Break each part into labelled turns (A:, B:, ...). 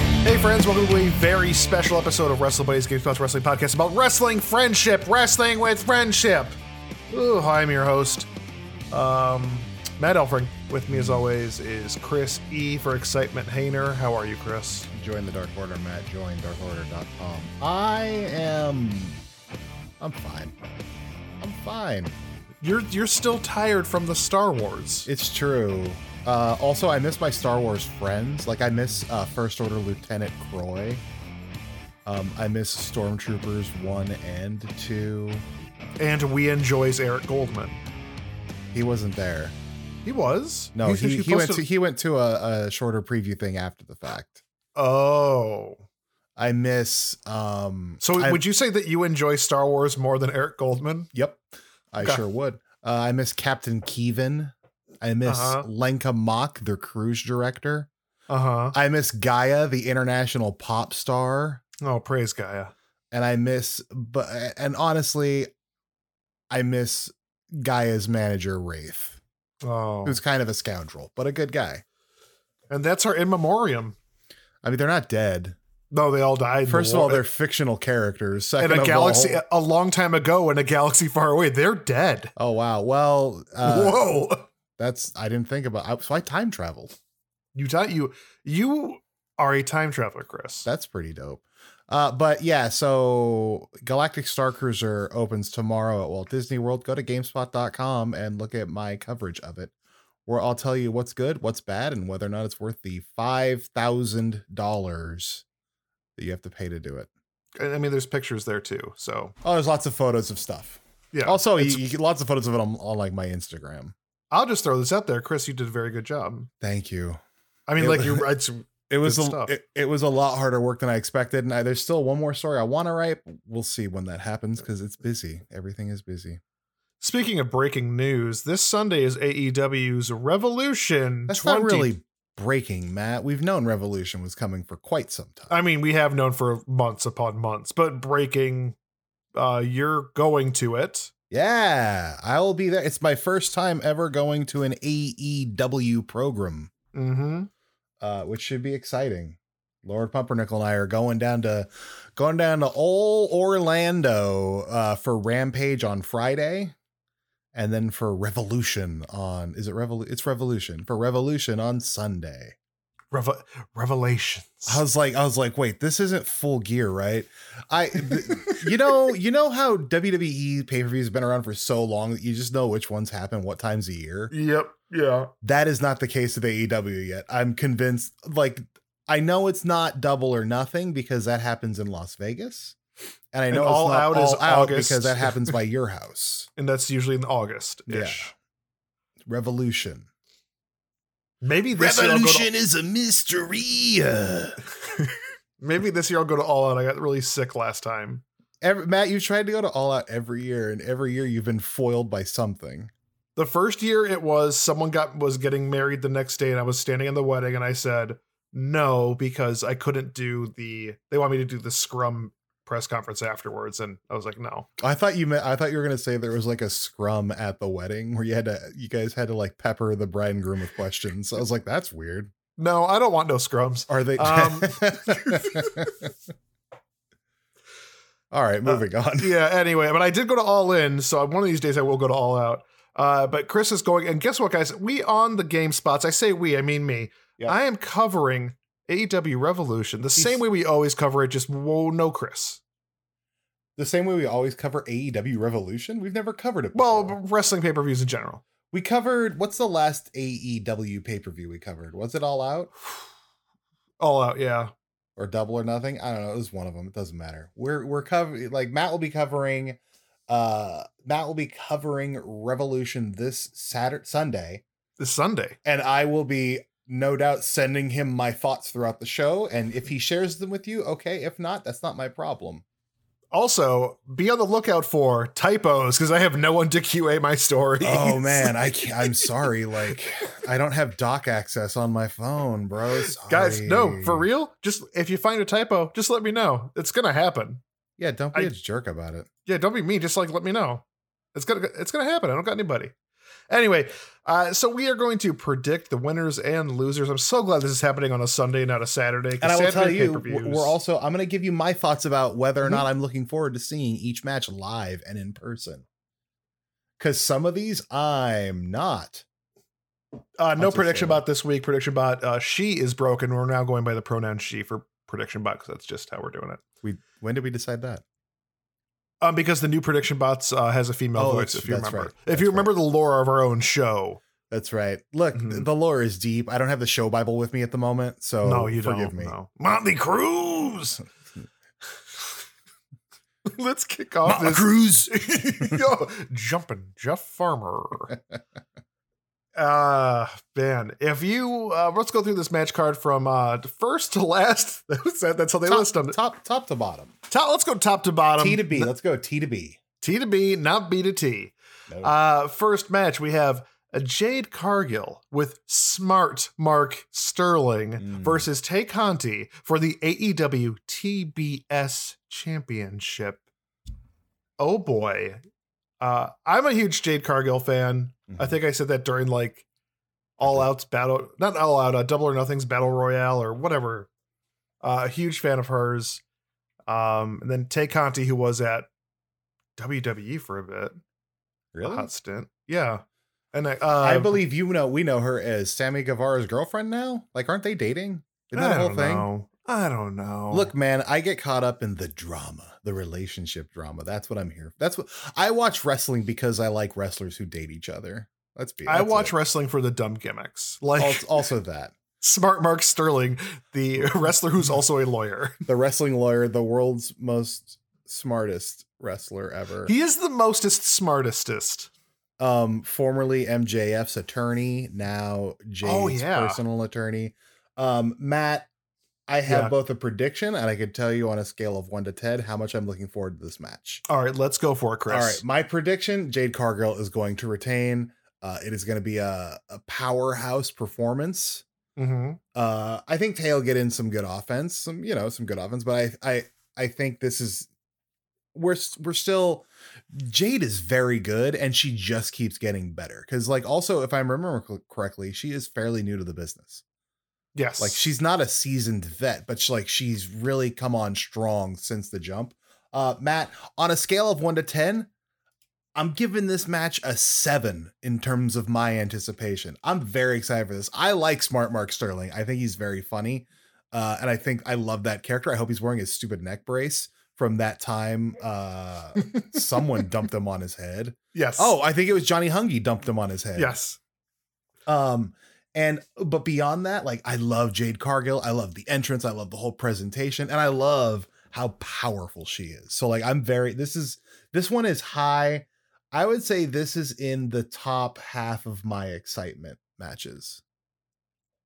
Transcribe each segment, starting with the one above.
A: guys, welcome to a very special episode of Wrestle Buddies Games Plus Wrestling Podcast about wrestling friendship, wrestling with friendship. Ooh, hi, I'm your host, um, Matt Elfring. With me, as always, is Chris E for Excitement Hayner. How are you, Chris?
B: Join the Dark Order, Matt. Join darkorder.com. I am. I'm fine. I'm fine.
A: You're you're still tired from the Star Wars.
B: It's true. Uh, also, I miss my Star Wars friends. Like, I miss uh, First Order Lieutenant Croy. Um, I miss Stormtroopers 1 and 2.
A: And we enjoys Eric Goldman.
B: He wasn't there.
A: He was.
B: No,
A: He's-
B: he, he, went to
A: posted-
B: he went to a, a shorter preview thing after the fact.
A: Oh.
B: I miss. Um,
A: So
B: I-
A: would you say that you enjoy Star Wars more than Eric Goldman?
B: Yep, I
A: Okay.
B: sure would. Uh, I miss Captain Keevan. I miss
A: Uh-huh.
B: Lenka Mock, their cruise director.
A: Uh huh.
B: I miss Gaia, the international pop star,
A: Oh, praise Gaia.
B: and I miss. But and honestly, I miss Gaia's manager Wraith,
A: Oh.
B: who's kind of a scoundrel but a good guy.
A: And that's our in memoriam.
B: I mean, they're not dead.
A: No, they all died. in the
B: First of all,
A: war.
B: they're fictional characters. Second
A: in a
B: of
A: galaxy uh
B: all-
A: a long time ago in a galaxy far away. They're dead.
B: oh wow. Well, uh,
A: Whoa.
B: that's I didn't think about. I, so I time traveled.
A: You thought you you are a time traveler, Chris.
B: That's pretty dope. Uh, but yeah, so Galactic Star Cruiser opens tomorrow at Walt Disney World. Go to GameSpot.com and look at my coverage of it, where I'll tell you what's good, what's bad, and whether or not it's worth the five thousand dollars that you have to pay to do it.
A: I I mean, there's pictures there too. So
B: Oh, there's lots of photos of stuff.
A: yeah.
B: also, you,
A: it's-
B: you get lots of photos of it on, on like my Instagram.
A: I'll just throw this out there, Chris. You did a very good job.
B: Thank you.
A: I mean,
B: It
A: like
B: was-
A: you, it's
B: It was
A: Good
B: a,
A: stuff.
B: it, it was a lot harder work than I expected, and I, there's still one more story I want to write. We'll see when that happens because it's busy. Everything is busy.
A: Speaking of breaking news, this Sunday is AEW's Revolution.
B: That's
A: 20.
B: not really breaking, Matt. We've known Revolution was coming for quite some time.
A: I mean, we have known for months upon months, but breaking. Uh, you're going to it.
B: yeah, I will be there. It's my first time ever going to an AEW program,
A: Mm-hmm.
B: uh, which should be exciting. Lord Pumpernickel and I are going down to going down to old Orlando uh, for Rampage on Friday, and then for Revolution on is it Revolution? It's Revolution for Revolution on Sunday.
A: Revel- revelations.
B: I was like, I was like, wait, this isn't full gear, right? I, th- you know, you know how WWE pay per views have been around for so long that you just know which ones happen, what times a year.
A: Yep. Yeah.
B: That is not the case with AEW yet. I'm convinced. Like, I know it's not double or nothing because that happens in Las Vegas, and I
A: And
B: know it's
A: All
B: not
A: Out is
B: All out
A: August.
B: because that happens by your house.
A: And that's usually in August ish.
B: Revolution.
A: Maybe this year I'll go to,
B: is a mystery.
A: maybe this year I'll go to All Out. I got really sick last time.
B: Every, Matt, you've tried to go to All Out every year, and every year you've been foiled by something.
A: The first year it was someone got was getting married the next day and I was standing in the wedding and I said no because I couldn't do the they want me to do the scrum press conference afterwards and I was like no.
B: I thought you meant. I thought you were gonna say there was like a scrum at the wedding where you had to, you guys had to like pepper the bride and groom with questions. I was like, that's weird.
A: No, I don't want no scrums.
B: Are they?
A: Um.
B: All right, moving on.
A: yeah, anyway, but I did go to All In, so one of these days I will go to All Out. Uh, but Chris is going, and guess what, guys? We on the game spots. I say we, I mean me.
B: Yeah.
A: I am covering AEW Revolution the
B: He's-
A: same way we always cover it, just whoa, no, Chris.
B: The same way we always cover AEW Revolution. We've never covered it.
A: Well,
B: before.
A: wrestling pay per views in general.
B: we covered. What's the last AEW pay per view we covered? Was it All Out
A: All Out, yeah.
B: or Double or Nothing? I don't know. It was one of them. It doesn't matter. We're we're covering. Like Matt will be covering. Uh, Matt will be covering Revolution this Saturday Sunday.
A: This Sunday.
B: and I will be no doubt sending him my thoughts throughout the show. And if he shares them with you, okay. If not, that's not my problem.
A: Also, be on the lookout for typos because I have no one to QA my story.
B: Oh man, I can't, I'm sorry. Like I don't have doc access on my phone, bro. Sorry.
A: Guys, no, for real. Just if you find a typo, just let me know. It's gonna happen.
B: Yeah, don't be
A: I-
B: a jerk about it.
A: Yeah, don't be mean. Just like let me know. It's gonna it's gonna happen. I don't got anybody. Anyway, uh, so we are going to predict the winners and losers. I'm so glad this is happening on a Sunday, not a Saturday. 'cause
B: And I will tell
A: Saturday
B: you,
A: pay-per-views-
B: w- we're also. I'm going to give you my thoughts about whether or
A: Mhm.
B: not I'm looking forward to seeing each match live and in person. Because some of these I'm not.
A: uh, no
B: I'll say
A: prediction
B: so.
A: bot this week. Prediction bot, uh, she is broken. We're now going by the pronoun she for prediction bot because that's just how we're doing it.
B: We when did we decide that?
A: Um, because the new prediction bots uh, has a female
B: Oh,
A: voice.
B: that's-
A: If you
B: that's
A: remember,
B: right.
A: if
B: That's
A: you remember the lore of our own show,
B: That's right. Look, th-
A: Mhm.
B: the lore is deep. I don't have the show bible with me at the moment, so
A: no, you
B: Oh, forgive
A: don't.
B: me.
A: No. Motley Cruz. Let's kick off this.
B: Cruz.
A: Yo, jumping Jeff Farmer. Uh man, if you uh let's go through this match card from uh first to last. That's that's how they
B: top,
A: list them.
B: top top to bottom.
A: Top, let's go top to bottom.
B: T to B. Let's go T to B.
A: T to B, not B to T.
B: No.
A: Uh first match we have a Jade Cargill with smart Mark Sterling
B: Mm.
A: versus Tay Conti for the E AEW TBS Championship. Oh boy. Uh, I'm a huge Jade Cargill fan. I
B: Mhm.
A: think I said that during like All Out's battle, not All Out, uh, Double or Nothing's battle royale or whatever. Uh, a huge fan of hers. Um, and then Tay Conti, who was at WWE for a bit, a
B: really.
A: hot stint, yeah. And I, uh,
B: I believe you know we know her as Sammy Guevara's girlfriend now. Like, aren't they dating? Isn't that
A: I
B: a whole
A: don't
B: thing?
A: know. I don't know.
B: Look, man, I get caught up in the drama, the relationship drama. That's what I'm here. That's what I watch wrestling because I like wrestlers who date each other. Let's be.
A: I
B: that's
A: watch
B: it.
A: wrestling for the dumb gimmicks, like
B: Al- also that
A: Smart Mark Sterling, the wrestler
B: Mm-hmm.
A: who's also a lawyer.
B: the wrestling lawyer, the world's most smartest wrestler ever.
A: He is the mostest smartestest.
B: um, formerly MJF's attorney, now Jade's
A: Oh, yeah.
B: personal attorney. Um, Matt, I have
A: Yeah.
B: both a prediction and I could tell you on a scale of one to ten how much I'm looking forward to this match.
A: All right, let's go for it, Chris.
B: All right, my prediction: Jade Cargill is going to retain. Uh, it is going to be a, a powerhouse performance.
A: Mm-hmm.
B: Uh, I think Tay will get in some good offense, some you know some good offense, but I I I think this is we're s- we're still Jade is very good and she just keeps getting better because like also if I remember cor- correctly, she is fairly new to the business.
A: Yes.
B: Like she's not a seasoned vet, but she, like she's really come on strong since the jump. Uh, Matt, on a scale of one to ten, I'm giving this match a seven in terms of my anticipation. I'm very excited for this. I like Smart Mark Sterling. I think he's very funny, uh, and I think I love that character. I hope he's wearing his stupid neck brace from that time uh, someone dumped him on his head.
A: yes.
B: Oh, I think it was Johnny Hungy dumped him on his head.
A: yes.
B: Um, and but beyond that, like I love Jade Cargill. I love the entrance. I love the whole presentation, and I love how powerful she is. So like I'm very this is this one is high. I would say this is in the top half of my excitement matches.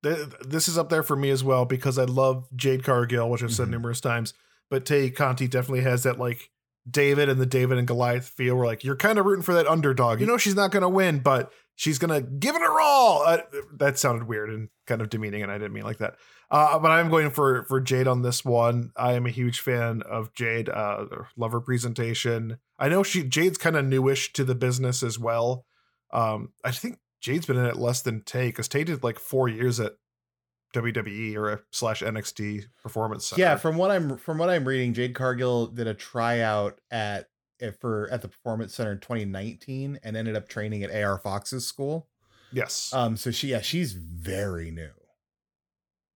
A: Th- This is up there for me as well because I love Jade Cargill, which I've said
B: Mhm.
A: numerous times. But Tay Conti definitely has that like David and the David and Goliath feel. Where like you're kind of rooting for that underdog. You know she's not going to win, but she's going to give it her all. Uh, that sounded weird and kind of demeaning, and I didn't mean like that. Uh, but I'm going for for Jade on this one. I am a huge fan of Jade. Uh, love her presentation. I know she Jade's kind of newish to the business as well. Um, I think Jade's been in it less than Tay because Tay did like four years at WWE or slash NXT Performance Center.
B: Yeah, from what I'm from what I'm reading, Jade Cargill did a tryout at at- for at the Performance Center in 2019 and ended up training at AR Fox's school.
A: yes,
B: Um, so she yeah she's very new.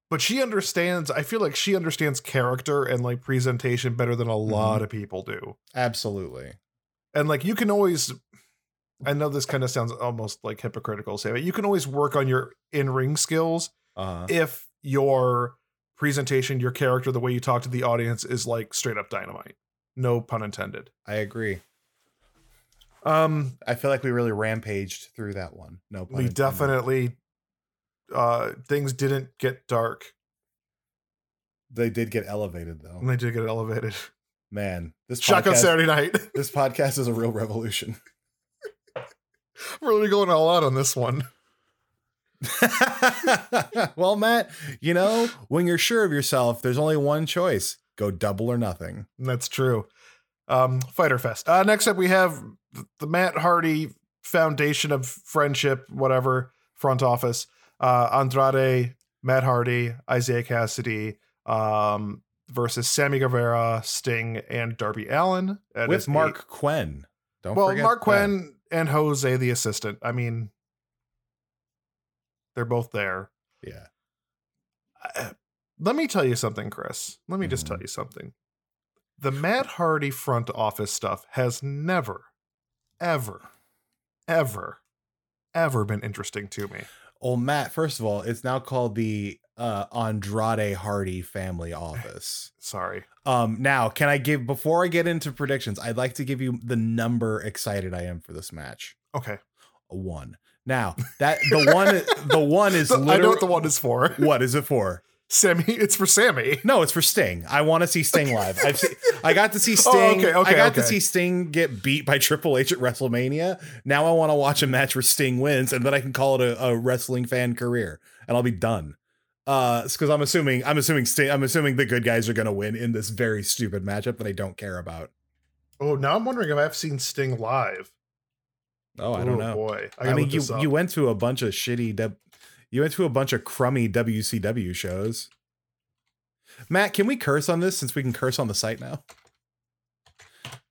A: but she understands. I feel like she understands character and like presentation better than a lot of people do.
B: Absolutely.
A: And like you can always, I know this kind of sounds almost like hypocritical, to say, but you can always work on your in ring skills
B: Uh-huh.
A: if your presentation, your character, the way you talk to the audience is like straight up dynamite. No pun intended.
B: I agree.
A: Um,
B: I feel like we really rampaged through that one. No, pun
A: we
B: intended.
A: definitely uh things didn't get dark
B: they did get
A: and
B: elevated though.
A: they did get elevated
B: Man, this
A: shotgun
B: podcast,
A: saturday night
B: This podcast is a real revolution.
A: really going all out on this one
B: well, Matt, you know when you're sure of yourself, there's only one choice: go double or nothing.
A: And that's true um fighter fest uh next up we have the matt hardy foundation of friendship, whatever front office. Uh, Andrade, Matt Hardy, Isaiah Cassidy um, versus Sammy Guevara, Sting, and Darby Allen That
B: with
A: is
B: Mark Quinn. Don't
A: eight. Well,
B: forget
A: Mark
B: that.
A: Quinn and Jose the assistant. I mean, they're both there.
B: Yeah.
A: I- Let me tell you something, Chris. Let me just
B: Mhm.
A: tell you something. The Matt Hardy front office stuff has never, ever, ever, ever been interesting to me.
B: Well, Matt. First of all, it's now called the uh, Andrade Hardy Family Office.
A: Sorry.
B: Um, now, can I give before I get into predictions? I'd like to give you the number excited I am for this match.
A: Okay.
B: A one. Now that the one, the one is
A: So I know
B: literally
A: what the one is for.
B: what is it for?
A: Sammy. It's for Sammy.
B: No, it's for Sting. I want to see Sting live. I've seen, I got to see Sting.
A: Oh, okay, okay,
B: I got to
A: okay.
B: see Sting get beat by Triple H at WrestleMania. Now I want to watch a match where Sting wins, and then I can call it a, a wrestling fan career, and I'll be done. Uh, because I'm assuming I'm assuming Sting. I'm assuming the good guys are gonna win in this very stupid matchup that I don't care about.
A: Oh, now I'm wondering if I've seen Sting live.
B: Oh, I don't know.
A: Boy, I,
B: I,
A: gotta
B: mean,
A: look
B: you
A: this up.
B: you went to a bunch of shitty, dub- you went to a bunch of crummy WCW shows. Matt, can we curse on this since we can curse on the site now?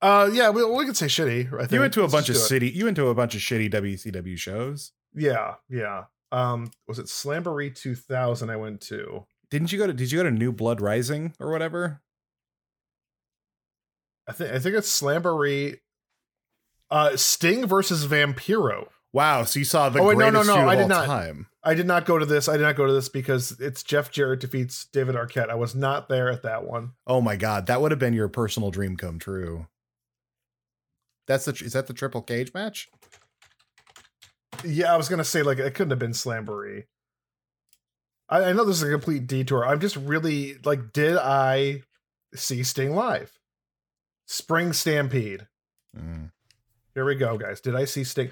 A: Uh, yeah, we, we could say shitty. I think
B: You went to a
A: Let's
B: bunch of
A: just do it.
B: city. You went to a bunch of shitty WCW shows.
A: Yeah, yeah. Um, was it Slamboree 2000? I went to.
B: Didn't you go to? Did you go to New Blood Rising or whatever?
A: I think I think it's Slamboree. Uh, Sting versus Vampiro.
B: Wow! So you saw the
A: Oh, wait, no, no,
B: greatest
A: no,
B: feud of
A: I did
B: all
A: not.
B: time.
A: I did not go to this. I did not go to this because it's Jeff Jarrett defeats David Arquette. I was not there at that one.
B: Oh my god, that would have been your personal dream come true. That's the tr- is that the triple cage match?
A: Yeah, I was gonna say like it couldn't have been Slamboree. I, I know this is a complete detour. I'm just really like, did I see Sting live? Spring Stampede.
B: Mm.
A: Here we go, guys. Did I see Sting?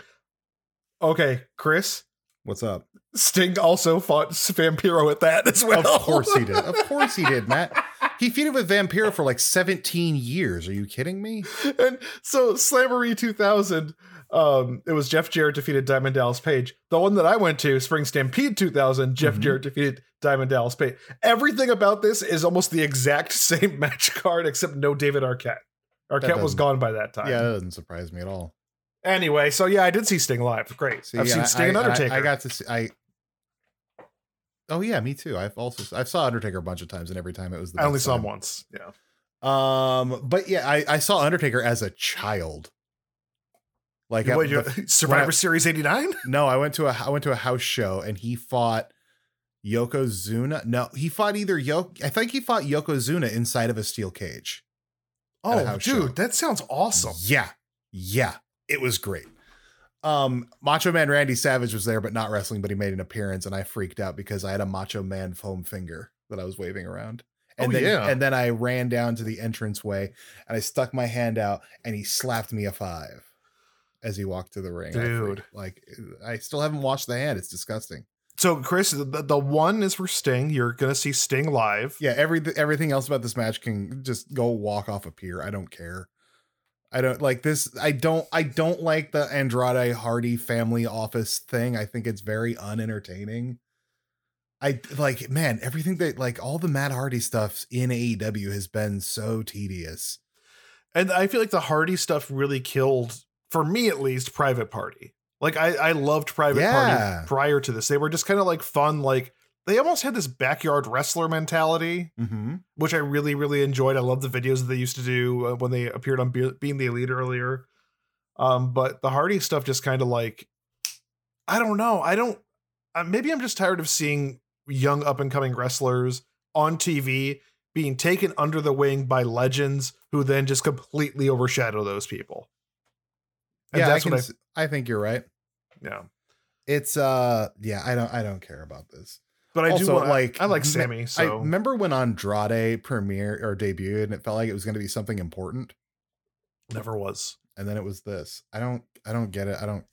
A: Okay, Chris.
B: What's up?
A: Sting also fought Vampiro at that as well.
B: Of course he did. Of course he did, Matt. He feuded with Vampiro for like 17 years. Are you kidding me?
A: and so Slamboree 2000, um, it was Jeff Jarrett defeated Diamond Dallas Page. The one that I went to, Spring Stampede 2000, Jeff
B: Mhm.
A: Jarrett defeated Diamond Dallas Page. Everything about this is almost the exact same match card except no David Arquette. Arquette was
B: doesn't-
A: gone by that time.
B: Yeah, that doesn't surprise me at all.
A: Anyway, so yeah, I did see Sting live. Great.
B: See,
A: I've seen
B: I-
A: Sting and
B: I- I-
A: Undertaker.
B: I, got to see. I. Oh yeah, me too. I've also I saw Undertaker a bunch of times, and every time it was the.
A: I only
B: best
A: saw him
B: time.
A: once. Yeah.
B: Um, but yeah, I, I saw Undertaker as a child. Like at
A: What,
B: the-
A: you- Survivor Series 89?
B: no, I went to a I went to a house show and he fought Yokozuna. No, he fought either Yo. I think he fought Yokozuna inside of a steel cage. At a
A: Oh, dude,
B: house show.
A: that sounds awesome.
B: Yeah, yeah, it was great. Um, Macho Man Randy Savage was there, but not wrestling. But he made an appearance, and I freaked out because I had a Macho Man foam finger that I was waving around. And
A: Oh,
B: then,
A: yeah.
B: and then I ran down to the entrance way, and I stuck my hand out, and he slapped me a five as he walked to the ring. I freaked-
A: Dude.
B: like I still haven't washed the hand. It's disgusting.
A: So, Chris, the, the one is for Sting. You're going to see Sting live.
B: Yeah, every everything else about this match can just go walk off a pier. I don't care. I don't like this. I don't. I don't like the Andrade Hardy family office thing. I think it's very unentertaining. I like, man, everything that like all the Matt Hardy stuff in AEW has been so tedious.
A: And I feel like the Hardy stuff really killed, for me at least, Private Party. Like, I, I loved Private
B: Yeah.
A: Party prior to this. They were just kind of like fun. Like, they almost had this backyard wrestler mentality,
B: Mm-hmm.
A: which I really, really enjoyed. I love the videos that they used to do uh, when they appeared on Be- Being the Elite earlier. Um, but the Hardy stuff just kind of like, I don't know. I don't. Uh, maybe I'm just tired of seeing young up and coming wrestlers on TV being taken under the wing by legends who then just completely overshadow those people. And
B: Yeah,
A: that's
B: I, can,
A: what I
B: s- I think you're right.
A: yeah.
B: It's uh, yeah, I don't. I don't care about this.
A: But I do
B: Also,
A: want
B: like,
A: like I like
B: me-
A: Sammy,
B: I
A: so
B: remember when Andrade premiered or debuted, and it felt like it was going to be something important.
A: never was.
B: and then it was this i don't i don't get it i don't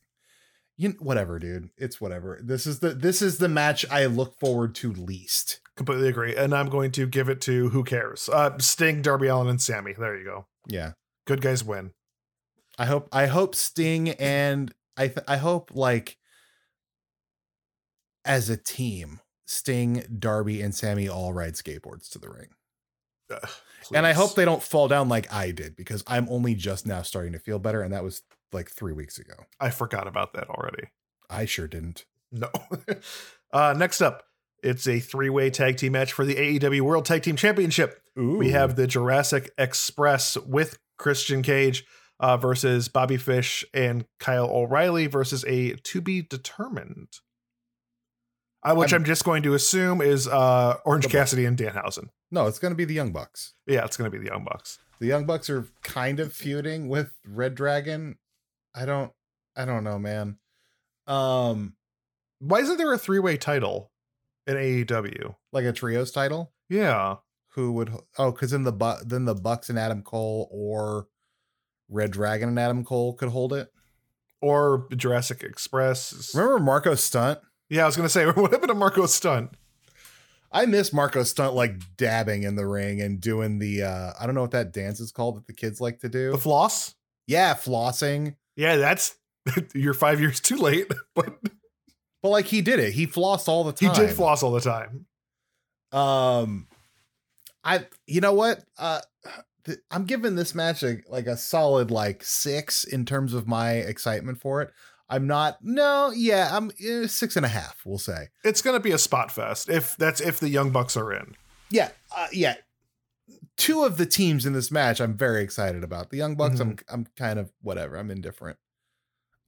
B: you whatever dude it's whatever this is the this is the match i look forward to least
A: Completely agree. And I'm going to give it to who cares? Uh Sting, Darby Allen, and Sammy. There you go.
B: yeah
A: Good guys win.
B: i hope i hope sting and I th- I hope like as a team, Sting, Darby, and Sammy all ride skateboards to the ring. And I hope they don't fall down like I did because I'm only just now starting to feel better. And that was like three weeks ago.
A: I forgot about that already.
B: I sure didn't.
A: No. uh, next up, it's a three way tag team match for the AEW World Tag Team Championship.
B: Ooh.
A: We have the Jurassic Express with Christian Cage uh, versus Bobby Fish and Kyle O'Reilly versus a to be determined, uh, which I'm,
B: I'm-
A: just going to assume is uh, Orange
B: The Bucks.
A: Cassidy and Danhausen.
B: No, it's going to be the Young Bucks.
A: Yeah, it's going to be the Young Bucks.
B: The Young Bucks are kind of feuding with Red Dragon. I don't, I don't know, man. Um,
A: Why isn't there a three way title in AEW?
B: like a trios title.
A: Yeah.
B: Who would? Oh, because then the Bu- then the Bucks and Adam Cole or Red Dragon and Adam Cole could hold it.
A: Or Jurassic Express.
B: Remember Marco Stunt?
A: Yeah, I was going to say, what happened to Marco Stunt?
B: I miss Marco Stunt like dabbing in the ring and doing the uh I don't know what that dance is called that the kids like to do.
A: The floss?
B: yeah, flossing.
A: Yeah, that's you're five years too late, but
B: But like he did it. He flossed all the
A: he
B: time.
A: did floss all the time.
B: Um I you know what? Uh th- I'm giving this match a, like a solid like 6 in terms of my excitement for it. I'm not no, yeah, I'm eh, six and a half, we'll say.
A: It's gonna be a spot fest if that's if the Young Bucks are in.
B: yeah, uh, yeah. Two of the teams in this match, I'm very excited about. The Young Bucks, I'm
A: Mm-hmm.
B: I'm kind of whatever. I'm indifferent.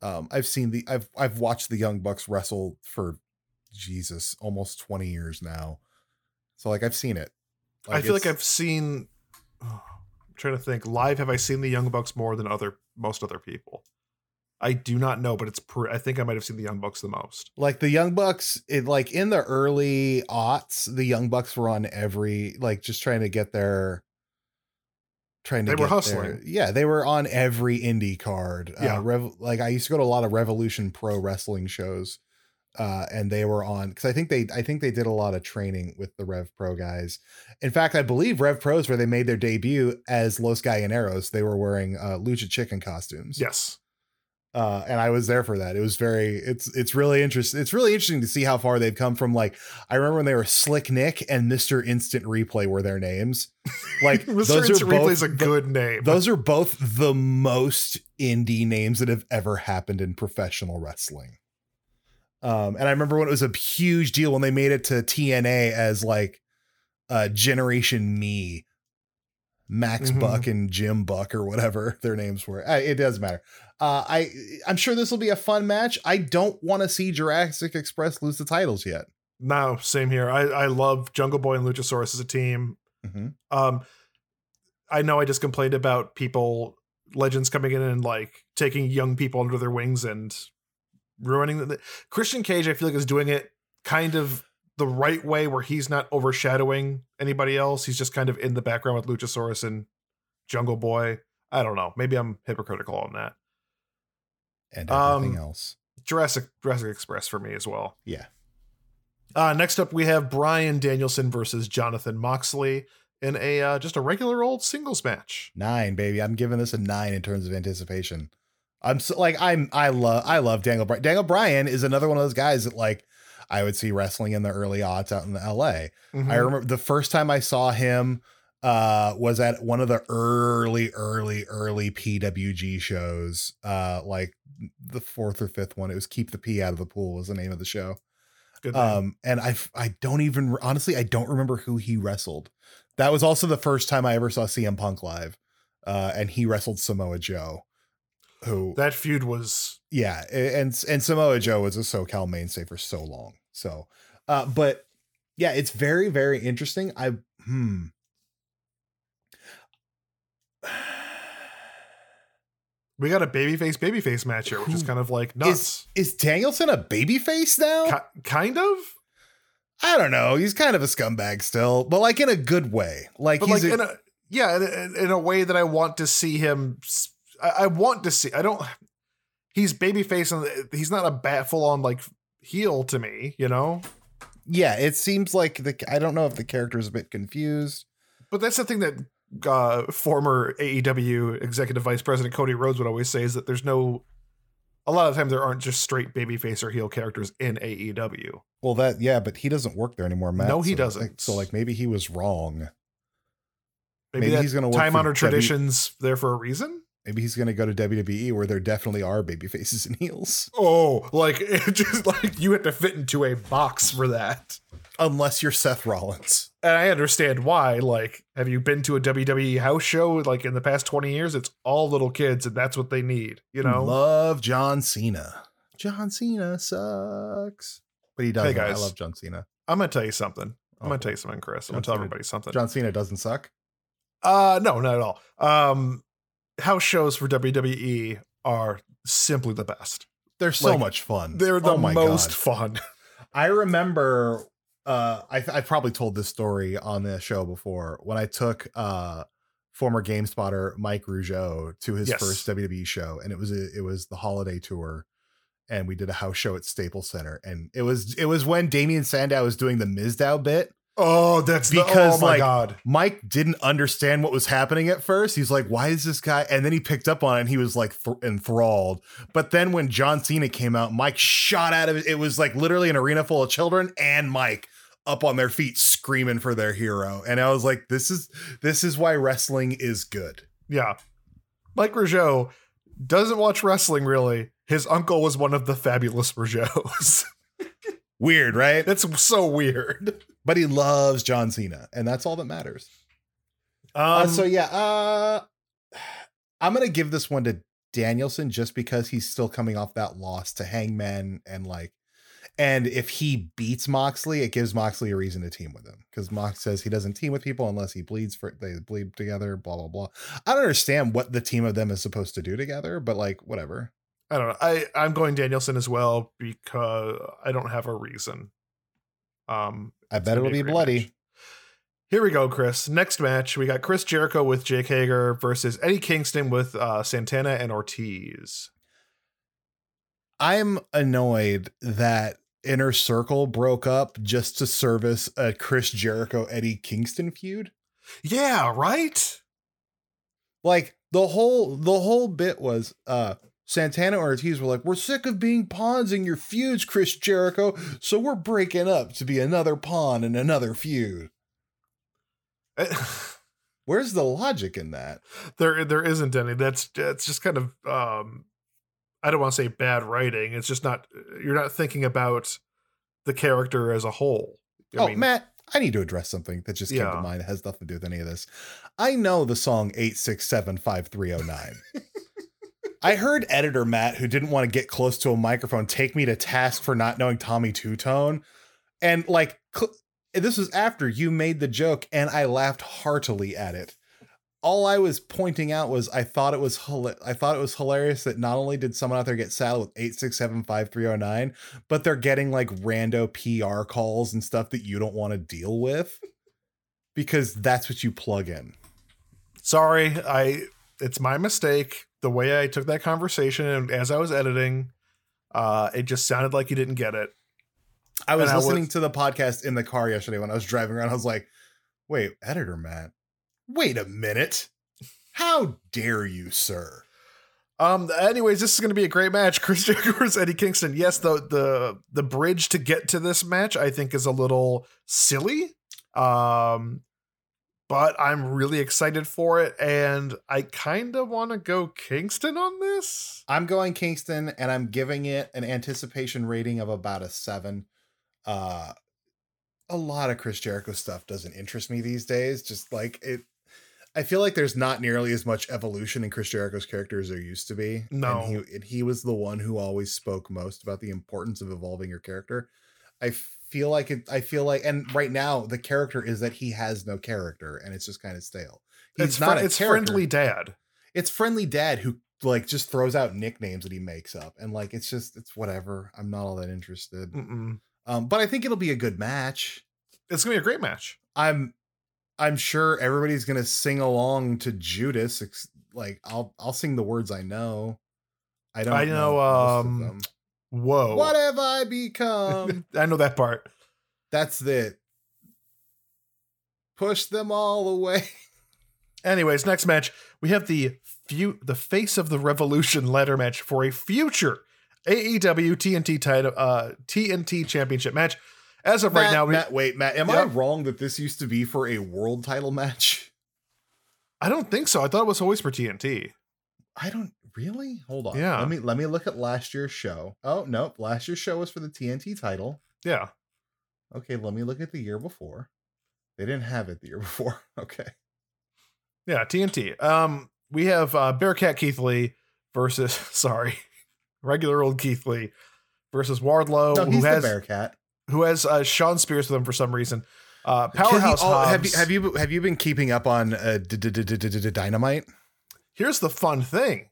B: Um, I've seen the I've I've watched the Young Bucks wrestle for Jesus almost 20 years now, so like I've seen it.
A: I feel like
B: it's-
A: I've seen. I'm trying to think live. Have I seen the Young Bucks more than other most other people? I do not know, but it's. Pr- I think I might have seen the Young Bucks the most.
B: like the Young Bucks, it like in the early aughts, the Young Bucks were on every like just trying to get their trying to
A: They were
B: get their-
A: hustling.
B: yeah, they were on every indie card.
A: Yeah.
B: Uh, Rev, like I used to go to a lot of Revolution Pro Wrestling shows, uh, and they were on because I think they I think they did a lot of training with the Rev Pro guys. In fact, I believe Rev Pros where they made their debut as Los Gallineros. They were wearing uh, lucha chicken costumes
A: Yes,
B: uh, and I was there for that. It was very it's it's really interesting. It's really interesting to see how far they've come from. Like I remember when they were Slick Nick and Mister Instant Replay were their names. Like
A: Mr.
B: those are
A: Instant Replay is
B: both
A: a good name.
B: those are both the most indie names that have ever happened in professional wrestling. Um, and I remember when it was a huge deal when they made it to TNA as like uh, Generation Me, Max
A: Mhm.
B: Buck and Jim Buck or whatever their names were. Uh, it doesn't matter. Uh, I I'm sure this will be a fun match. I don't want to see Jurassic Express lose the titles yet.
A: no, same here. I I love Jungle Boy and Luchasaurus as a team.
B: Mhm.
A: Um, I know I just complained about people, legends coming in and like taking young people under their wings and ruining the, the Christian Cage. I feel like is doing it kind of the right way, where he's not overshadowing anybody else. He's just kind of in the background with Luchasaurus and Jungle Boy. I don't know. Maybe I'm hypocritical on that.
B: And
A: Um,
B: everything else.
A: Jurassic Jurassic Express for me as well.
B: Yeah.
A: Uh, next up, we have Brian Danielson versus Jonathan Moxley in a uh, just a regular old singles match.
B: Nine, baby. I'm giving this a nine in terms of anticipation. I'm so, like I'm I love I love Daniel Bryan. Daniel Bryan is another one of those guys that like I would see wrestling in the early aughts out in LA.
A: Mhm.
B: I remember the first time I saw him uh was at one of the early early early PWG shows uh like the fourth or fifth one it was keep the pee out of the pool was the name of the show
A: Good name.
B: um and i i don't even honestly i don't remember who he wrestled that was also the first time i ever saw cm punk live uh and he wrestled samoa joe who
A: that feud was
B: yeah a- and and samoa joe was a socal mainstay for so long so uh but yeah it's very very interesting i hmm
A: we got a babyface babyface match here, which is
B: Who
A: kind of like nuts.
B: is danielson a babyface now
A: Ki- kind of,
B: i don't know he's kind of a scumbag still but like in a good way like
A: but
B: he's
A: like
B: a-
A: in a yeah, in- in, in a way that I want to see him. s- I, I want to see. I don't. He's babyface and he's not a bat full on like heel to me, you know.
B: yeah it seems like the i don't know if the character is a bit confused
A: But that's the thing that E uh, former AEW executive vice president Cody Rhodes would always say is that there's no a lot of the time there aren't just straight babyface or heel characters in E AEW.
B: Well, that yeah, but he doesn't work there anymore, Matt.
A: No, he
B: so,
A: doesn't.
B: like- so like maybe he was wrong.
A: Maybe,
B: Maybe
A: that
B: he's gonna work for
A: time honored
B: W-
A: traditions there for a reason.
B: Maybe he's gonna go to WWE where there definitely are baby faces and heels,
A: Oh, like it just like you have to fit into a box for that.
B: unless you're Seth Rollins.
A: and I understand why. Like, have you been to a WWE house show like in the past 20 years? It's all little kids, and that's what they need, you
B: Hmm.
A: know?
B: love John Cena. John Cena sucks, but he does.
A: Hey,
B: I
A: guys.
B: love John Cena.
A: I'm gonna tell you something. I'm
B: Oh.
A: gonna tell you something, Chris. I'm gonna
B: John
A: tell
B: Cena-
A: everybody something.
B: John Cena doesn't suck.
A: Uh no, not at all. Um house shows for WWE are simply the best.
B: They're so
A: Like,
B: much fun.
A: They're the
B: Oh my
A: most
B: God.
A: fun.
B: I remember uh I I probably told this story on the show before when I took uh former game spotter Mike Rougeau to his
A: Yes.
B: first WWE show and it was a, it was the holiday tour and we did a house show at Staples Center and it was it was when Damian Sandow was doing the Mizdow bit.
A: Oh, that's
B: the- oh
A: because
B: my
A: my god.
B: Mike didn't understand what was happening at first. He's like, "Why is this guy?" And then he picked up on it and he was like thr enthralled. But then when John Cena came out, Mike shot out of it. It was like literally an arena full of children and Mike up on their feet screaming for their hero. And I was like, "This is this is why wrestling is good."
A: Yeah. Mike Rougeau doesn't watch wrestling really. His uncle was one of the fabulous Rougeaus.
B: Weird, right?
A: it's so weird.
B: But he loves John Cena, and that's all that matters.
A: Um,
B: Uh, so yeah, uh, I'm gonna give this one to Danielson just because he's still coming off that loss to Hangman and like, and if he beats Moxley, it gives Moxley a reason to team with him because Mox says he doesn't team with people unless he bleeds for they bleed together. Blah blah blah. I don't understand what the team of them is supposed to do together, but like whatever.
A: I don't know. I I'm going Danielson as well because I don't have a reason. Um,
B: I bet
A: gonna be
B: it'll be
A: a great
B: bloody.
A: match. here we go, Chris. Next match, we got Chris Jericho with Jake Hager versus Eddie Kingston with uh, Santana and Ortiz.
B: I'm annoyed that Inner Circle broke up just to service a Chris Jericho Eddie Kingston feud.
A: Yeah, right.
B: like the whole the whole bit was uh Santana and Ortiz were like, we're sick of being pawns in your feuds, Chris Jericho, so we're breaking up to be another pawn in another feud. Where's the logic in that?
A: Eh, there there isn't any. That's that's just kind of um, I don't want to say bad writing. It's just not. You're not thinking about the character as a whole. I
B: oh,
A: mean,
B: Matt, I need to address something that just came
A: Yeah.
B: to mind that has nothing to do with any of this. I know the song 8675309. oh, I heard editor Matt, who didn't want to get close to a microphone, take me to task for not knowing Tommy Two Tone. And like, cl- this was after you made the joke, and I laughed heartily at it. All I was pointing out was I thought it was hila- I thought it was hilarious that not only did someone out there get saddled with eight six seven five three zero nine, but they're getting like rando PR calls and stuff that you don't want to deal with because that's what you plug in.
A: sorry i it's my mistake the way i took that conversation and as i was editing uh it just sounded like you didn't get it
B: I was
A: And I was-
B: listening to the podcast in the car yesterday when I was driving around. I was like, wait, editor Matt, wait a minute. How dare you, sir?
A: um anyways this is going to be a great match chris jericho versus eddie kingston yes the the the bridge to get to this match i think is a little silly um but i'm really excited for it and i kind of want to go kingston on this
B: I'm going Kingston and I'm giving it an anticipation rating of about a seven. Uh a lot of Chris Jericho stuff doesn't interest me these days. Just like it I feel like there's not nearly as much evolution in Chris Jericho's character as there used to be.
A: No.
B: And he, and he was the one who always spoke most about the importance of evolving your character. I feel like it I feel like and right now the character is that he has no character and it's just kind of stale. He's
A: it's
B: not
A: fri-
B: a
A: it's
B: character
A: friendly dad
B: it's friendly dad who like just throws out nicknames that he makes up and like it's just it's whatever i'm not all that interested
A: Mm-mm.
B: um but i think it'll be a good match
A: it's gonna be a great match
B: i'm i'm sure everybody's gonna sing along to judas ex- like i'll i'll sing the words i know i don't
A: I know,
B: most of
A: um, oh.
B: them.
A: whoa
B: what have i become
A: i know that part
B: that's it push them all away
A: Anyways, next match we have the few the face of the revolution ladder match for a E future AEW TNT title uh, TNT Championship match. As of right
B: Matt,
A: now, we,
B: Matt, wait, Matt, am I
A: Yep.
B: wrong that this used to be for a world title match?
A: I don't think so. I thought it was always for TNT.
B: I don't really. Hold on.
A: Yeah.
B: Let me let me look at last year's show. Oh nope, last year's show was for the TNT title.
A: Yeah,
B: Okay, let me look at the year before. They didn't have it the year before. Okay.
A: yeah, TNT. Um, we have uh, Bearcat Keith Lee versus sorry, regular old Keith Lee versus Wardlow,
B: no,
A: who
B: he's
A: has
B: the Bearcat.
A: who has uh, Sean Spears with him for some reason. Uh,
B: Can he
A: Powerhouse
B: all- have you
A: Hobbs.
B: have you have you been keeping up on uh, d- d- d- d- d- d- dynamite?
A: Here's the fun thing.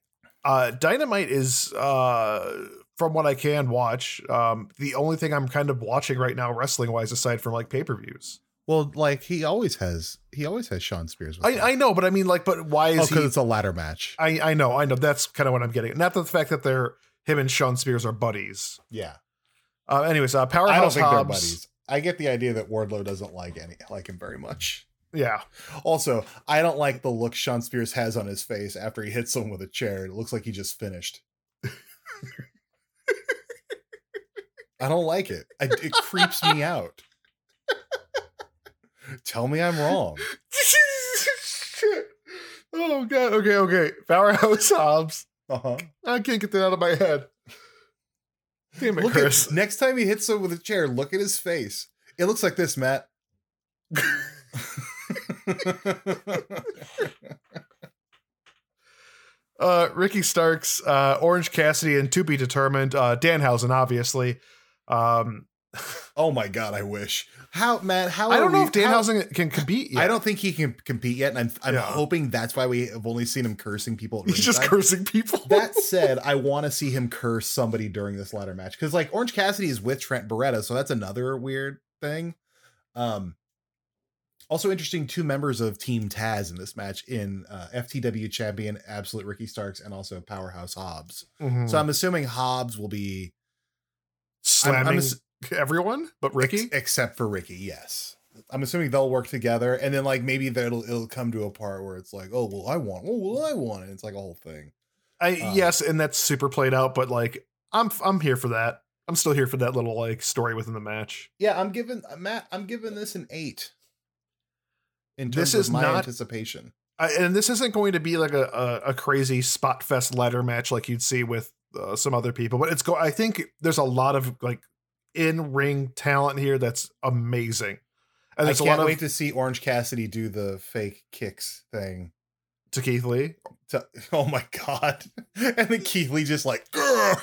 A: Uh, Dynamite is, uh, from what I can watch, um, the only thing I'm kind of watching right now, wrestling wise, aside from like pay per views.
B: Well, like he always has, he always has Sean Spears. With him.
A: I, I know, but I mean, like, but why
B: oh,
A: is
B: because
A: he?
B: it's a ladder match.
A: I, I know, I know. That's kind of what I'm getting. Not the fact that they're him and Sean Spears are buddies.
B: yeah,
A: Uh, anyways, uh, Powerhouse
B: I don't think they're
A: Hobbs-
B: buddies. I get the idea that Wardlow doesn't like any like him very much.
A: Yeah,
B: Also, I don't like the look Sean Spears has on his face after he hits someone with a chair. It looks like he just finished. I don't like it. I, it creeps me out. Tell me I'm wrong.
A: shit. Oh god. Okay, okay. Powerhouse Hobbs.
B: Uh-huh.
A: I can't get that out of my head. Damn it,
B: Look
A: Chris.
B: at, next time he hits someone with a chair, look at his face. It looks like this, Matt.
A: uh, Ricky Starks, uh, Orange Cassidy, and to be determined, uh, Danhausen, obviously. Um,
B: oh my god, I wish. How Matt, how
A: I don't
B: are
A: know
B: we-
A: if
B: how-
A: Danhausen can compete yet.
B: I don't think he can compete yet, and I'm I'm
A: Yeah.
B: hoping that's why we have only seen him cursing people. At
A: He's just
B: ringside.
A: cursing people.
B: that said, I want to see him curse somebody during this ladder match because like Orange Cassidy is with Trent Beretta, so that's another weird thing. Um, also interesting, two members of Team Taz in this match in uh, FTW champion Absolute Ricky Starks and also Powerhouse Hobbs.
A: Mhm.
B: So I'm assuming Hobbs will be I'm-
A: slamming
B: I'm ass-
A: everyone but Ricky.
B: Ex- except for Ricky, yes. I'm assuming they'll work together, and then like maybe that'll it'll come to a part where it's like, oh well, I want, oh well, I want, and it's like a whole thing.
A: I,
B: um,
A: yes, and that's super played out, but like I'm I'm here for that. I'm still here for that little like story within the match.
B: Yeah, I'm giving uh, Matt, I'm giving this an eight. In terms
A: This is
B: of my
A: not-
B: anticipation,
A: I, and this isn't going to be like a, a, a crazy spot fest ladder match like you'd see with uh, some other people, but it's go. I think there's a lot of like in ring talent here that's amazing, and
B: I
A: there's a
B: can't
A: lot
B: wait
A: of
B: to see Orange Cassidy do the fake kicks thing.
A: to Keith Lee.
B: To, oh my god! And then Keith Lee just like, "Grr!"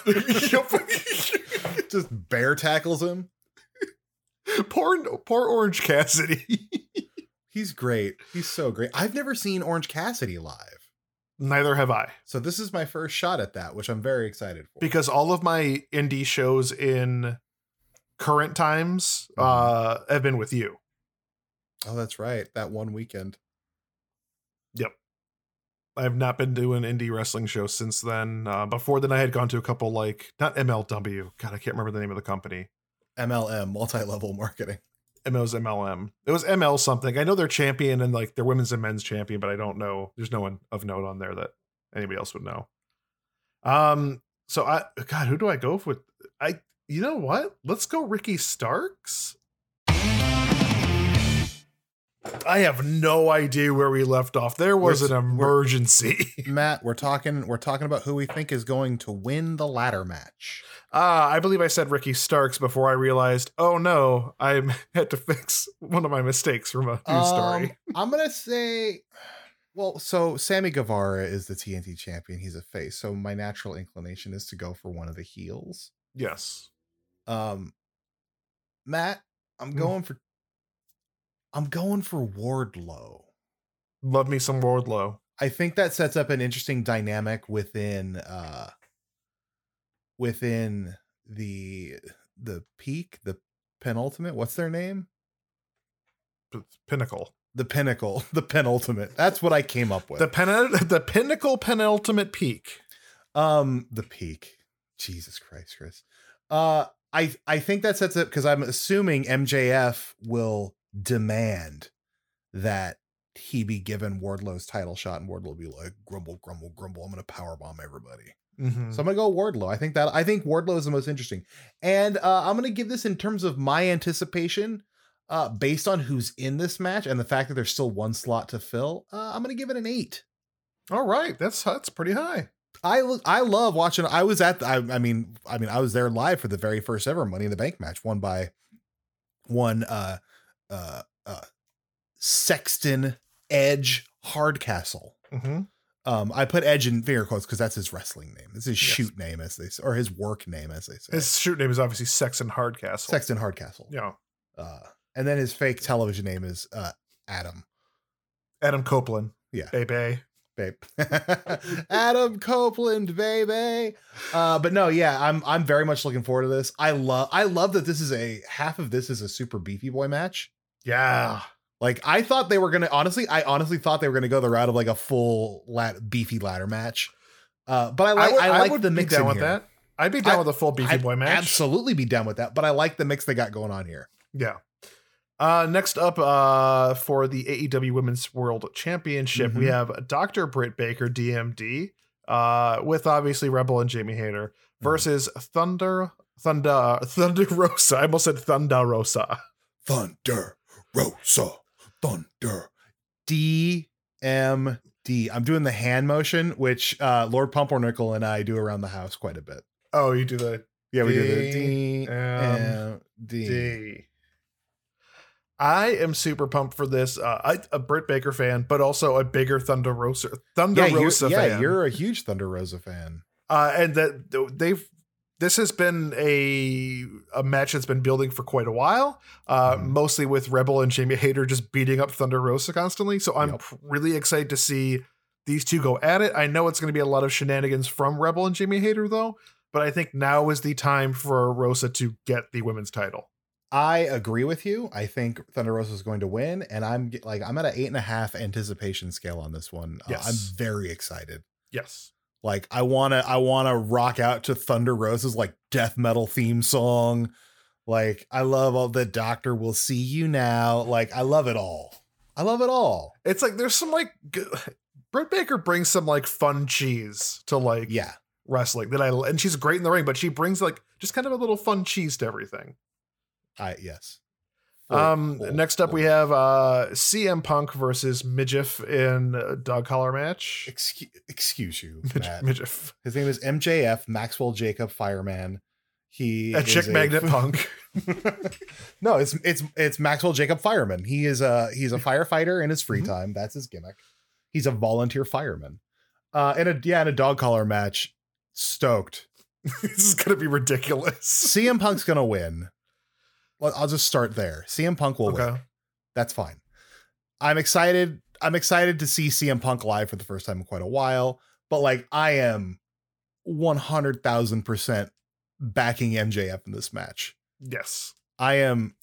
B: just bear tackles him.
A: poor poor Orange Cassidy.
B: He's great. He's so great. I've never seen Orange Cassidy live.
A: Neither have I,
B: So this is my first shot at that, which I'm very excited for.
A: because all of my indie shows in current times uh,
B: Mm-hmm.
A: have been with you.
B: oh, that's right. That one weekend.
A: I've not been doing indie wrestling shows since then. Uh, before then, I had gone to a couple like not MLW. God, I can't remember the name of the company.
B: MLM, multi-level marketing.
A: It was MLM. It was ML something. I know they're champion and like they're women's and men's champion, but I don't know. There's no one of note on there that anybody else would know. Um. So I, God, who do I go with? I, you know what? Let's go Ricky Starks. I have no idea where we left off. There was
B: We're-
A: an emergency.
B: Matt, we're talking we're talking about who we think is going to win the ladder match.
A: Ah, I believe I said Ricky Starks before I realized, oh no, I had to fix one of my mistakes from a news
B: Um,
A: story.
B: I'm gonna say well, so Sammy Guevara is the TNT champion. He's a face. So my natural inclination is to go for one of the heels.
A: Yes.
B: Um Matt, I'm
A: Hmm.
B: going for I'm going for Wardlow.
A: Love me some Wardlow.
B: I think that sets up an interesting dynamic within uh within the the peak, the penultimate. What's their name?
A: P- Pinnacle.
B: The pinnacle, the penultimate. That's what I came up with.
A: The pen the pinnacle penultimate peak.
B: um the peak. Jesus Christ, Chris. Uh I I think that sets up because I'm assuming MJF will demand that he be given Wardlow's title shot, and Wardlow will be like, grumble, grumble, grumble. I'm gonna power bomb everybody.
A: Mhm.
B: So I'm gonna go Wardlow. I think that I think Wardlow is the most interesting, and uh, I'm gonna give this in terms of my anticipation, uh, based on who's in this match and the fact that there's still one slot to fill. Uh, I'm gonna give it an eight.
A: All right, that's that's pretty high.
B: I lo- I love watching. I was at. the- I, I mean, I mean, I was there live for the very first ever Money in the Bank match, won by one uh, uh, uh, Sexton Edge Hardcastle.
A: Mm-hmm.
B: Um, I put Edge in finger quotes because that's his wrestling name. It's his
A: Yes.
B: shoot name, as they say, or his work name, as they say.
A: His shoot name is obviously Sexton Hardcastle.
B: Sexton Hardcastle.
A: Yeah,
B: Uh, and then his fake television name is uh, Adam.
A: Adam Copeland.
B: Yeah.
A: Bebe.
B: babe. Adam Copeland, baby. Uh, but no, yeah, I'm I'm very much looking forward to this. I love I love that this is a half of this is a super beefy boy match.
A: Yeah.
B: Like I thought they were gonna honestly, I honestly thought they were gonna go the route of like a full lat beefy ladder match. Uh, but I like I, like the
A: be
B: mix
A: down
B: in
A: with
B: here.
A: that. I'd be down
B: I-
A: with a full Beefy
B: I'd
A: Boy match.
B: Absolutely be down with that. But I like the mix they got going on here.
A: Yeah. Uh, next up uh, for the AEW Women's World Championship, we
B: Mhm.
A: have Dr. Britt Baker, DMD, uh, with obviously Rebel and Jamie Hayter
B: Mm-hmm.
A: versus Thunder, Thunder, Thunder Rosa. I almost said Thunder Rosa.
B: Thunder Rosa Thunder D M D. I'm doing the hand motion, which uh Lord Pumpernickel and I do around the house quite a bit.
A: Oh, you do the
B: Yeah, we do
A: D,
B: the D
A: M,
B: M D.
A: D. I am super pumped for this. Uh, I, a Britt Baker fan, but also a bigger Thunder Rosa, Thunder
B: Yeah, you're,
A: Rosa
B: yeah,
A: fan.
B: you're a huge Thunder Rosa fan.
A: uh, and that they've this has been a a match that's been building for quite a while, uh,
B: Mhm.
A: mostly with Rebel and Jamie Hayter just beating up Thunder Rosa constantly. So I'm
B: Yep.
A: really excited to see these two go at it. I know it's going to be a lot of shenanigans from Rebel and Jamie Hayter though, but I think now is the time for Rosa to get the women's title.
B: I agree with you. I think Thunder Rosa is going to win, and I'm ge- like I'm at an eight and a half anticipation scale on this one. Uh,
A: Yes.
B: I'm very excited.
A: Yes.
B: Like I wanna I wanna rock out to Thunder Rose's like death metal theme song. Like I love all the doctor will see you now. Like I love it all. I love it all.
A: It's like there's some like g- Britt Baker brings some like fun cheese to like
B: Yeah.
A: wrestling that I and she's great in the ring, but she brings like just kind of a little fun cheese to everything.
B: I yes.
A: um,
B: Full,
A: next up
B: full.
A: we have uh CM Punk versus Midgif in a dog collar match.
B: excuse excuse you,
A: Midgif,
B: Matt.
A: Midgif.
B: His name is MJF Maxwell Jacob Fireman. He
A: a
B: is
A: chick magnet punk.
B: no, it's it's it's Maxwell Jacob Fireman. He is a he's a firefighter in his free
A: Mhm.
B: time. That's his gimmick. He's a volunteer fireman. Uh, in a yeah, in a dog collar match, stoked.
A: this is gonna be ridiculous.
B: CM Punk's gonna win. Well, I'll just start there. CM Punk will win.
A: Okay,
B: That's fine. I'm excited. I'm excited to see CM Punk live for the first time in quite a while. But like, I am 100,000 percent backing MJF in this match.
A: yes,
B: I am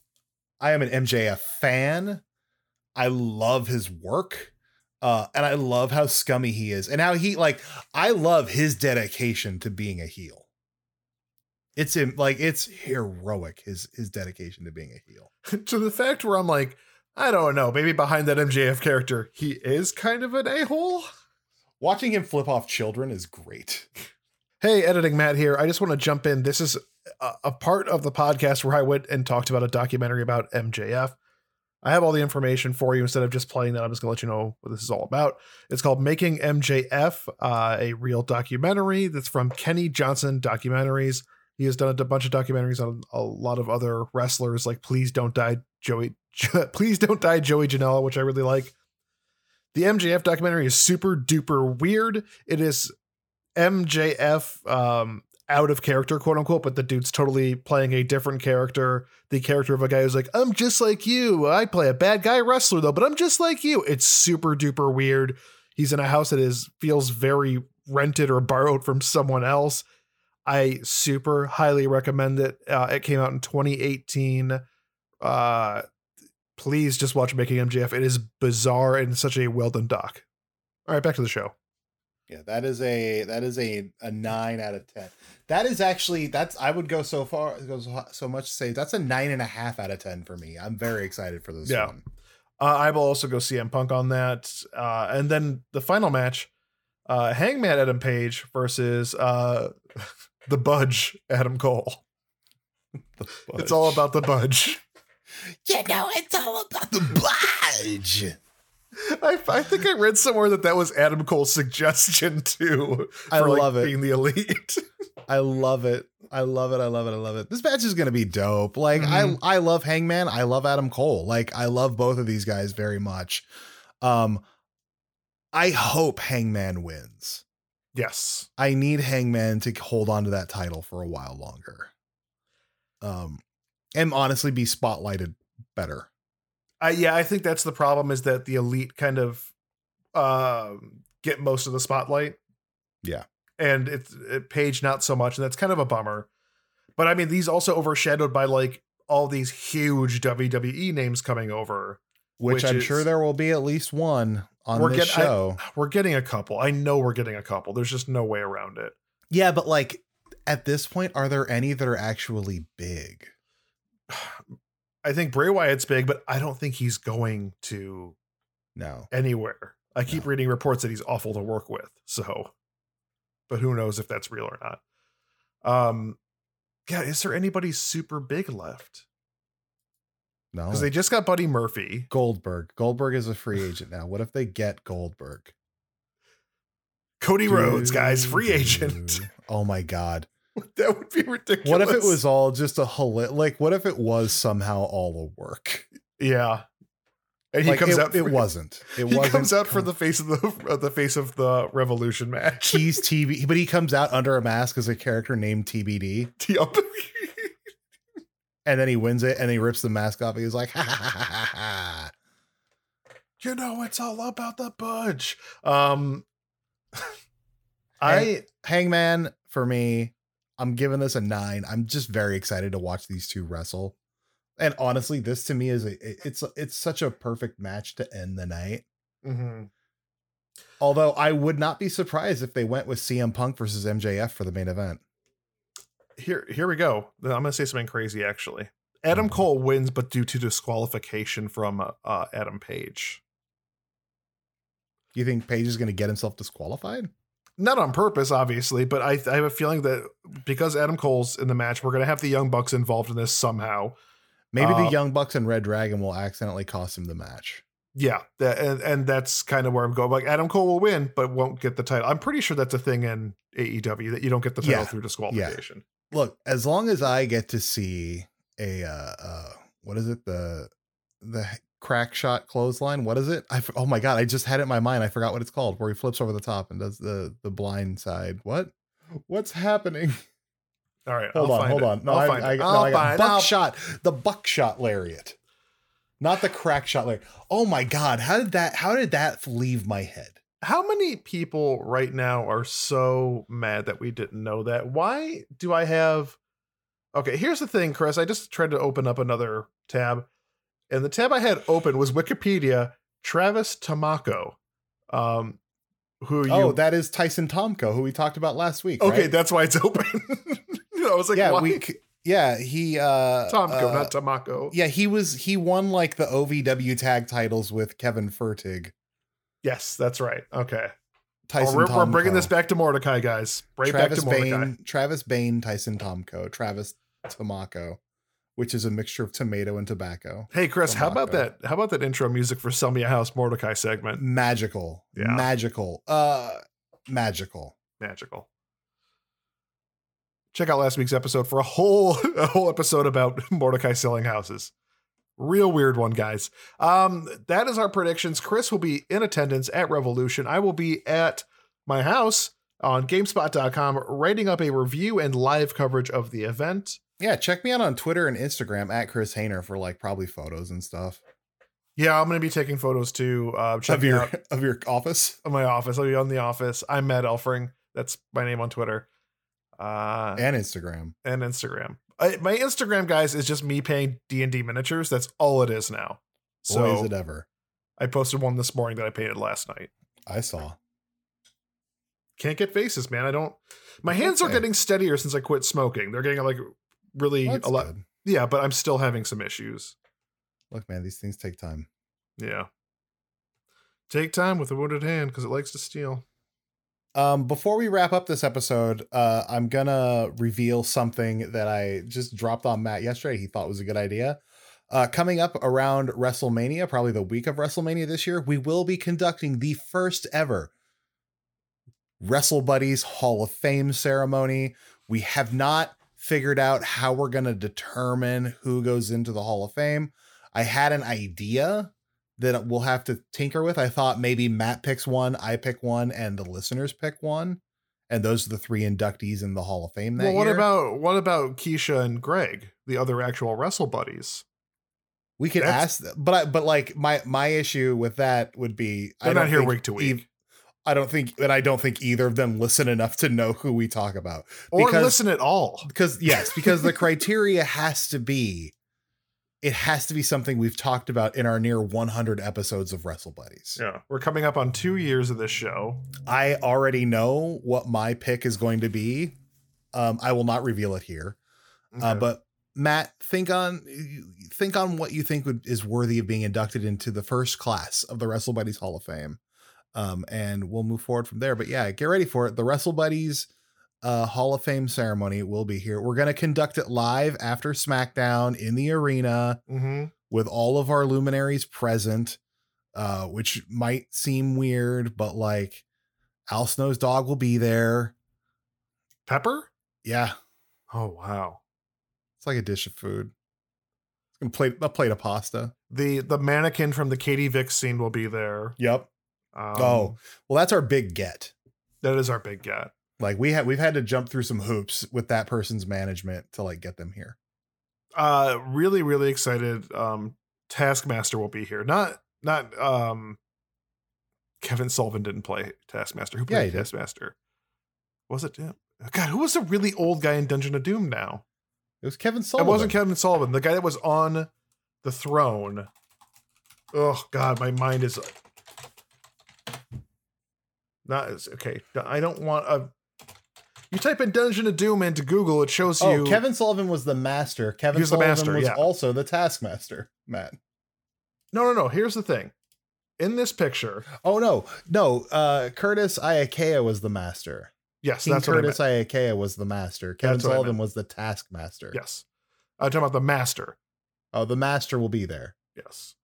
B: I am an MJF fan. I love his work. Uh, and I love how scummy he is and how he like I love his dedication to being a heel. It's him like it's heroic his his dedication to being a heel.
A: to the fact where I'm like, I don't know, maybe behind that MJF character, he is kind of an a hole.
B: Watching him flip off children is great.
A: Hey, editing Matt here. I just want to jump in. This is a, a part of the podcast where I went and talked about a documentary about MJF. I have all the information for you. Instead of just playing that, I'm just going to let you know what this is all about. It's called Making MJF, uh, a real documentary that's from Kenny Johnson Documentaries. He has done a bunch of documentaries on a lot of other wrestlers, like Please Don't Die Joey, Please Don't Die Joey Janela, which I really like. The MJF documentary is super duper weird. It is MJF um out of character, quote unquote, but the dude's totally playing a different character. The character of a guy who's like, I'm just like you. I play a bad guy wrestler though, but I'm just like you. It's super duper weird. He's in a house that is feels very rented or borrowed from someone else. I super highly recommend it. Uh, it came out in 2018. Uh, please just watch Making MJF. It is bizarre and such a well done doc. All right, back to the show.
B: Yeah, that is a that is a a 9 out of 10. That is actually that's I would go so far go so, so much to say that's a nine and a half out of 10 for me. I'm very excited for this
A: Yeah.
B: one.
A: Uh, I will also go CM Punk on that. Uh, and then the final match uh, Hangman Adam Page versus uh, the Budge Adam Cole. It's all about the Budge.
B: You know, it's all about the budge.
A: I, I think I read somewhere that that was Adam Cole's suggestion too.
B: I
A: for, like,
B: love it.
A: being the elite.
B: I love it. I love it. I love it. I love it. This match is gonna be dope. Like
A: Mhm.
B: I I love Hangman. I love Adam Cole. Like I love both of these guys very much. Um I hope Hangman wins.
A: yes,
B: I need Hangman to hold on to that title for a while longer. Um and honestly be spotlighted better.
A: I, yeah, I think that's the problem is that the elite kind of uh, get most of the spotlight.
B: Yeah.
A: and it's it, Page not so much, and that's kind of a bummer. But I mean, these also overshadowed by like all these huge WWE names coming over.
B: Which,
A: Which
B: I'm
A: is-
B: sure there will be at least one on
A: We're
B: this
A: get- I-
B: show.
A: We're getting a couple. I know we're getting a couple. There's just no way around it.
B: yeah, but like at this point, are there any that are actually big?
A: I think Bray Wyatt's big, but I don't think he's going to
B: No.
A: anywhere. I keep
B: No.
A: reading reports that he's awful to work with. So, but who knows if that's real or not? Um, yeah, is there anybody super big left?
B: No.
A: Because they just got Buddy Murphy.
B: Goldberg. Goldberg is a free agent now. What if they get Goldberg?
A: Cody Rhodes, guys, free agent.
B: Oh my god.
A: that would be ridiculous.
B: What if it was all just a holi- like what if it was somehow all a work?
A: Yeah. And he
B: Like,
A: comes
B: it,
A: out. For,
B: it wasn't. It
A: He
B: wasn't.
A: comes out for the face of the of the face of the Revolution match.
B: He's TB, but he comes out under a mask as a character named TBD,
A: Yup.
B: and then he wins it, and he rips the mask off. And he's like, ha, ha, ha, ha, ha.
A: you know, it's all about the budge. Um, I
B: Hey. Hangman for me. I'm giving this a nine. I'm just very excited to watch these two wrestle. And honestly, this to me is a, it- it's it's such a perfect match to end the night.
A: Mhm.
B: Although I would not be surprised if they went with CM Punk versus MJF for the main event.
A: here here we go. I'm gonna say something crazy actually. Adam
B: Mm-hmm.
A: Cole wins, but due to disqualification from uh, uh, Adam Page,
B: You think Paige is going to get himself disqualified?
A: not on purpose, obviously. But I, I have a feeling that because Adam Cole's in the match, we're gonna have the Young Bucks involved in this somehow.
B: Maybe the
A: Uh,
B: Young Bucks and Red Dragon will accidentally cost him the match.
A: Yeah, that, and, and that's kind of where I'm going. Like Adam Cole will win, but won't get the title. I'm pretty sure that's a thing in AEW that you don't get the title
B: Yeah.
A: through disqualification.
B: Look, as long as I get to see a uh, uh what is it the the crack shot clothesline? What is it? I f- oh my god, I just had it in my mind. I forgot what it's called. Where he flips over the top and does the the blind side. What? What's happening?
A: All right,
B: Hold
A: I'll
B: on,
A: find
B: hold
A: it.
B: on. No,
A: I'll
B: I,
A: find
B: I,
A: it.
B: no,
A: I'll
B: I got
A: find it. I'll-
B: buckshot, the buckshot lariat, not the crack shot lariat. Oh my god, how did that? How did that leave my head?
A: How many people right now are so mad that we didn't know that? Why do I have Okay, here's the thing, Chris. I just tried to open up another tab, and the tab I had open was Wikipedia, Travis Tamako. Um who you
B: Oh, that is Tyson Tomko, who we talked about last week.
A: Okay,
B: right?
A: that's why it's open. I was like,
B: yeah,
A: why?
B: we, c- yeah, he, uh,
A: Tomko,
B: uh,
A: not Tamako.
B: yeah, he was he won like the OVW tag titles with Kevin Furtig.
A: Yes, that's right. Okay. Oh,
B: Tyson,
A: we're, we're bringing
B: Tomko,
A: this back to Mordecai, guys. Right
B: Travis
A: back to Mordecai.
B: Bain, Travis Bain, Tyson Tomko, Travis Tomako, which is a mixture of tomato and tobacco.
A: Hey Chris, how about
B: Tamako.
A: that? How about that intro music for Sell Me a House Mordecai segment?
B: magical
A: Yeah.
B: magical uh magical
A: Magical. Check out last week's episode for a whole a whole episode about Mordecai selling houses. Real weird one, guys. Um, that is our predictions. Chris will be in attendance at Revolution. I will be at my house on GameSpot.com writing up a review and live coverage of the event.
B: yeah check me out on twitter and instagram at chris hayner for like probably photos and stuff
A: Yeah, I'm going to be taking photos too. Uh, check
B: of
A: me
B: your
A: out.
B: of your office
A: of my office. I'll be on the office. I'm Matt Elfring. That's my name on Twitter uh,
B: and instagram
A: and Instagram. I, my Instagram, guys, is just me paying D and D miniatures. That's all it is now.
B: boy
A: So
B: is it ever
A: I posted one this morning that I painted last night.
B: i saw
A: Can't get faces, man. I don't. My hands are
B: Okay.
A: getting steadier since I quit smoking. They're getting like really
B: That's
A: a lot.
B: good.
A: Yeah, but I'm still having some issues.
B: look man these things take time
A: Yeah. Take time with a wounded hand because it likes to steal.
B: Um, before we wrap up this episode, uh, I'm gonna reveal something that I just dropped on Matt yesterday. He thought was a good idea. Uh, coming up around WrestleMania, probably the week of WrestleMania this year, we will be conducting the first ever Wrestle Buddies Hall of Fame ceremony. We have not figured out how we're gonna determine who goes into the Hall of Fame. I had an idea that we'll have to tinker with. I thought maybe Matt picks one, I pick one, and the listeners pick one, and those are the three inductees in the Hall of Fame. That
A: well, what
B: year.
A: about what about Keisha and Greg, the other actual wrestle buddies?
B: we could
A: that's-
B: ask? th- But I, but like my my issue with that would be
A: They're
B: I
A: not
B: don't
A: here
B: think
A: week to
B: e-
A: week,
B: I don't think, and I don't think either of them listen enough to know who we talk about.
A: or
B: because-
A: listen at all.
B: Because yes, because the criteria has to be, it has to be something we've talked about in our near 100 episodes of Wrestle Buddies.
A: Yeah, we're coming up on two years of this show.
B: I already know what my pick is going to be. Um, I will not reveal it here. Uh,
A: Okay.
B: but Matt, think on think on what you think would, is worthy of being inducted into the first class of the Wrestle Buddies Hall of Fame, um, and we'll move forward from there. But yeah, get ready for it. The Wrestle Buddies uh, Hall of Fame ceremony will be here. We're gonna conduct it live after SmackDown in the arena
A: Mhm.
B: with all of our luminaries present, uh, which might seem weird, but like Al Snow's dog will be there.
A: Pepper.
B: Yeah,
A: Oh wow.
B: it's like a dish of food. A plate, a plate of pasta.
A: The the mannequin from the Katie Vick scene will be there.
B: Yep.
A: Um,
B: oh, well, that's our big get.
A: that is our big get.
B: Like we had, we've had to jump through some hoops with that person's management to like get them here.
A: uh really really excited um taskmaster will be here not not um kevin sullivan didn't play taskmaster who
B: Yeah, he
A: played
B: did.
A: taskmaster was it him? god who was the really old guy in dungeon of doom now
B: It was Kevin Sullivan.
A: it wasn't kevin sullivan the guy that was on the throne oh god my mind is not is okay i don't want a you type in dungeon of doom into google it shows
B: Oh,
A: you
B: Kevin Sullivan was the master. Kevin
A: was the
B: Sullivan
A: master,
B: was
A: yeah.
B: also the taskmaster. Matt.
A: no no no here's the thing in this picture
B: Oh no, no. Uh, Curtis Iakea was the master.
A: Yes,
B: King
A: that's
B: Curtis
A: what I
B: Iakea was the master. Kevin
A: That's what I
B: Sullivan
A: meant.
B: was the taskmaster.
A: meant. Yes. I'm talking about the master.
B: Oh, the master will be there,
A: Yes.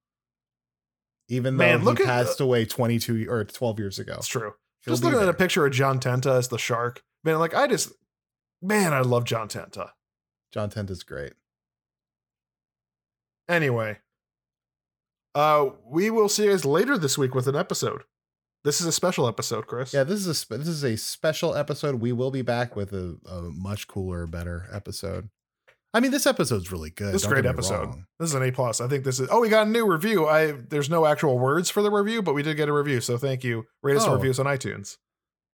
B: even though
A: Man,
B: he
A: look at
B: passed away 22 or 12 years ago.
A: It's true.
B: Oh, He'll
A: just
B: be
A: looking at a
B: there.
A: picture of John Tenta as the shark. Man, like I just man, I love John Tenta.
B: John Tent is great.
A: Anyway. Uh we will see you guys later this week with an episode. This is a special episode, Chris.
B: Yeah, this is a spe- this is a special episode. We will be back with a, a much cooler, better episode. I mean, this episode's really good.
A: This is a
B: don't
A: great
B: get me
A: episode.
B: wrong.
A: This is an A plus. I think this is. Oh, we got a new review. I there's no actual words for the review, but we did get a review, so thank you. Rate us and
B: Oh.
A: reviews on iTunes.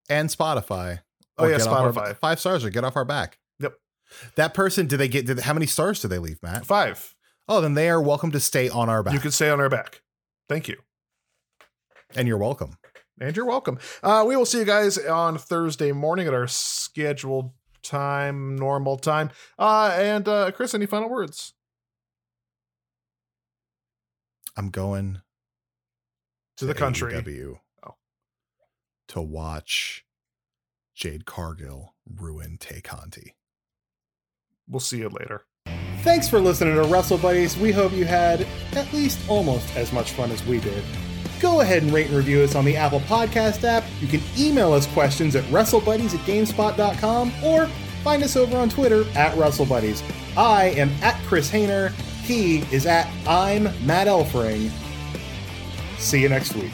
B: and Spotify.
A: Oh,
B: Or
A: yeah,
B: get off our-
A: Spotify.
B: five stars or get off our back.
A: Yep.
B: That person, did they get? Did, how many stars did they leave, Matt?
A: Five.
B: Oh, then they are welcome to stay on our back,
A: You can stay on our back. Thank you.
B: and you're welcome.
A: And you're welcome. Uh, we will see you guys on Thursday morning at our scheduled time, normal time. Uh, and uh, Chris, any final words?
B: I'm going
A: To the country.
B: AEW
A: Oh.
B: to watch Jade Cargill ruin Tay Conti.
A: We'll see you later.
B: Thanks for listening to Wrestle Buddies. We hope you had at least almost as much fun as we did. Go ahead and rate and review us on the Apple Podcast app. You can email us questions at WrestleBuddies at GameSpot.com or find us over on Twitter at WrestleBuddies. I am at Chris Hayner. He is at I'm Matt Elfring. See you next week.